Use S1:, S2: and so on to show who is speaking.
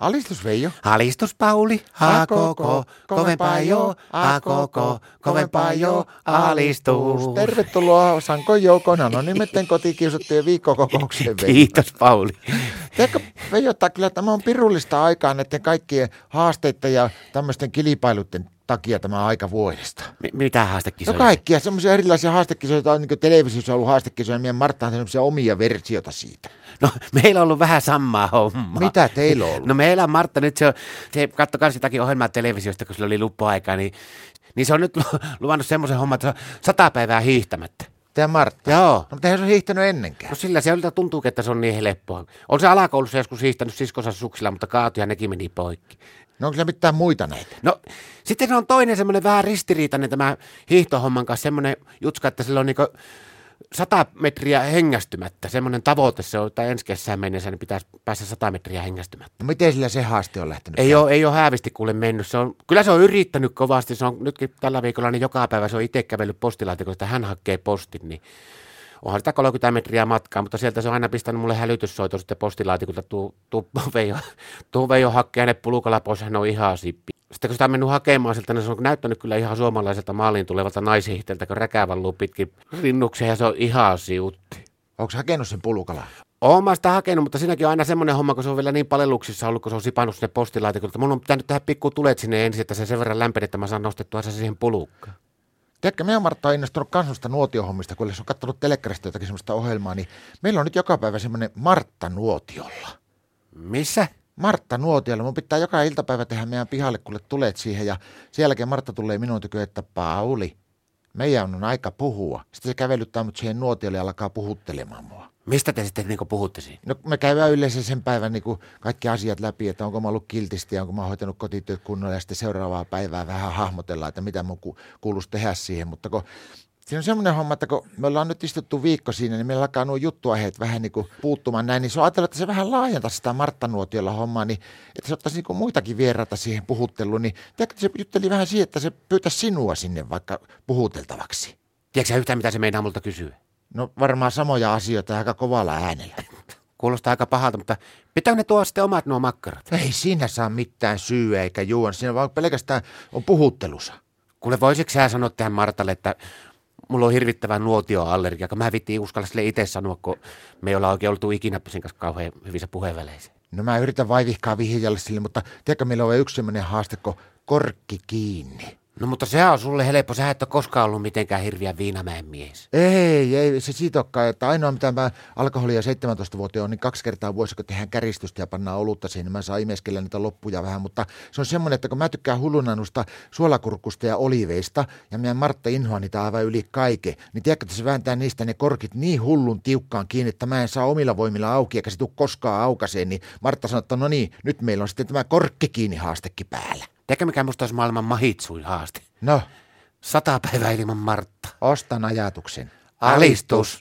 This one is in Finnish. S1: Alistus Veijo.
S2: Alistus Pauli, a koko, kovempaa jo, a koko, kovempaa jo, alistus.
S1: Tervetuloa Sankon joukon anonymitten kotikiusattujen viikkokokoukseen Veijo.
S2: Kiitos Pauli.
S1: Tiedätkö, Veijo, että kyllä tämä on pirullista aikaa näiden kaikkien haasteiden ja tämmöisten kilpailuiden takia tämä aika vuodesta.
S2: M- mitä haastekisoja?
S1: No kaikkia semmoisia erilaisia haastekisoja, joita on niin televisiossa ollut haastekisoja, niin meidän Martta on semmoisia omia versioita siitä.
S2: No, meillä on ollut vähän samaa hommaa.
S1: Mitä teillä on ollut?
S2: No meillä on Martta nyt, se, on, se katsoi kans jotakin ohjelmaa televisiosta, kun sillä oli luppuaika, niin, niin se on nyt lu- luvannut semmoisen homman, että se on sata päivää hiihtämättä.
S1: Tämä Martta.
S2: Joo.
S1: No, mutta eihän se ole hiihtänyt ennenkään.
S2: No sillä se on, tuntuu, että se on niin helppoa. On se alakoulussa joskus hiihtänyt siskonsa suksilla, mutta kaatuja nekin meni poikki.
S1: No onko se mitään muita näitä?
S2: No sitten se on toinen semmoinen vähän ristiriitainen tämä hiihtohomman kanssa, semmoinen jutska, että sillä on niinku sata metriä hengästymättä. Semmoinen tavoite se on, että ensi kesään mennessä niin pitäisi päästä sata metriä hengästymättä.
S1: No miten sillä se haaste on lähtenyt?
S2: Ei ole, ei ole häävisti kuule mennyt. Se on, kyllä se on yrittänyt kovasti. Se on nytkin tällä viikolla niin joka päivä se on itse kävellyt postilaatikosta. Hän hakee postin, niin onhan sitä 30 metriä matkaa, mutta sieltä se on aina pistänyt mulle hälytyssoito sitten postilaatikolta, tuu, tuu Veijo, tuu Veijo hakkeen ne pulukalla pois, hän on ihan sippi. Sitten kun sitä on mennyt hakemaan sieltä, niin se on näyttänyt kyllä ihan suomalaiselta maaliin tulevalta naishiihteltä, kun räkävalluu pitkin rinnuksia ja se on ihan siutti.
S1: Onko hakenut sen pulukala?
S2: Oon mä sitä hakenut, mutta siinäkin on aina semmoinen homma, kun se on vielä niin palelluksissa ollut, kun se on sipannut sinne postilaatikolta. että Mun on pitänyt tehdä pikku tulet sinne ensin, että se sen verran lämpeni, että mä saan nostettua se siihen pulukkaan.
S1: Tiedätkö, meidän Martta on innostunut kansusta nuotiohommista, kun se on katsonut telekkarista jotakin semmoista ohjelmaa, niin meillä on nyt joka päivä semmoinen Martta nuotiolla.
S2: Missä?
S1: Martta nuotiolla. Mun pitää joka iltapäivä tehdä meidän pihalle, kun tulet siihen ja sen jälkeen Martta tulee minun tykö, että Pauli, meidän on aika puhua. Sitten se kävelyttää mut siihen nuotiolle ja alkaa puhuttelemaan mua.
S2: Mistä te sitten niin puhutte siinä?
S1: No me käydään yleensä sen päivän niin kuin kaikki asiat läpi, että onko mä ollut kiltisti ja onko mä hoitanut kotityöt kunnolla ja sitten seuraavaa päivää vähän hahmotellaan, että mitä mun ku- kuuluisi tehdä siihen. Mutta kun Siinä on semmoinen homma, että kun me ollaan nyt istuttu viikko siinä, niin meillä alkaa nuo juttuaiheet vähän niin kuin puuttumaan näin, niin se on ajatellut, että se vähän laajentaa sitä Martta Nuotiolla hommaa, niin että se ottaisi niin kuin muitakin vieraita siihen puhutteluun, niin tiedätkö, se jutteli vähän siihen, että se pyytäisi sinua sinne vaikka puhuteltavaksi.
S2: Tiedätkö sä yhtään, mitä se meinaa multa kysyä?
S1: No varmaan samoja asioita ja aika kovalla äänellä.
S2: Kuulostaa aika pahalta, mutta pitääkö ne tuoda sitten omat nuo makkarat?
S1: Ei siinä saa mitään syyä eikä juon, siinä vaan pelkästään on puhuttelussa.
S2: Kuule, voisitko sä sanoa tähän Martalle, että mulla on hirvittävä nuotioallergia, kun mä vittiin uskalla sille itse sanoa, kun me ei olla oikein oltu ikinä sen kanssa kauhean hyvissä puheenväleissä.
S1: No mä yritän vaivihkaa vihjalle sille, mutta tiedätkö, meillä on vielä yksi semmoinen haaste, kun korkki kiinni.
S2: No mutta sehän on sulle helppo, sä et ole koskaan ollut mitenkään hirviä viinamäen mies.
S1: Ei, ei se siitä olekaan, että ainoa mitä mä alkoholia 17 vuotta on, niin kaksi kertaa vuodessa, kun tehdään käristystä ja pannaan olutta siihen, niin mä saan imeskellä niitä loppuja vähän, mutta se on semmoinen, että kun mä tykkään hullunanusta, suolakurkusta ja oliveista, ja meidän Martta inhoa niitä aivan yli kaiken, niin tiedätkö, että se vääntää niistä ne korkit niin hullun tiukkaan kiinni, että mä en saa omilla voimilla auki, eikä se tule koskaan aukaseen, niin Martta sanoi, että no niin, nyt meillä on sitten tämä korkki kiinni haastekin päällä.
S2: Tiedätkö mikä musta olisi maailman mahitsuin haaste?
S1: No,
S2: Sata päivää ilman Martta.
S1: ostan ajatuksen.
S2: Alistus.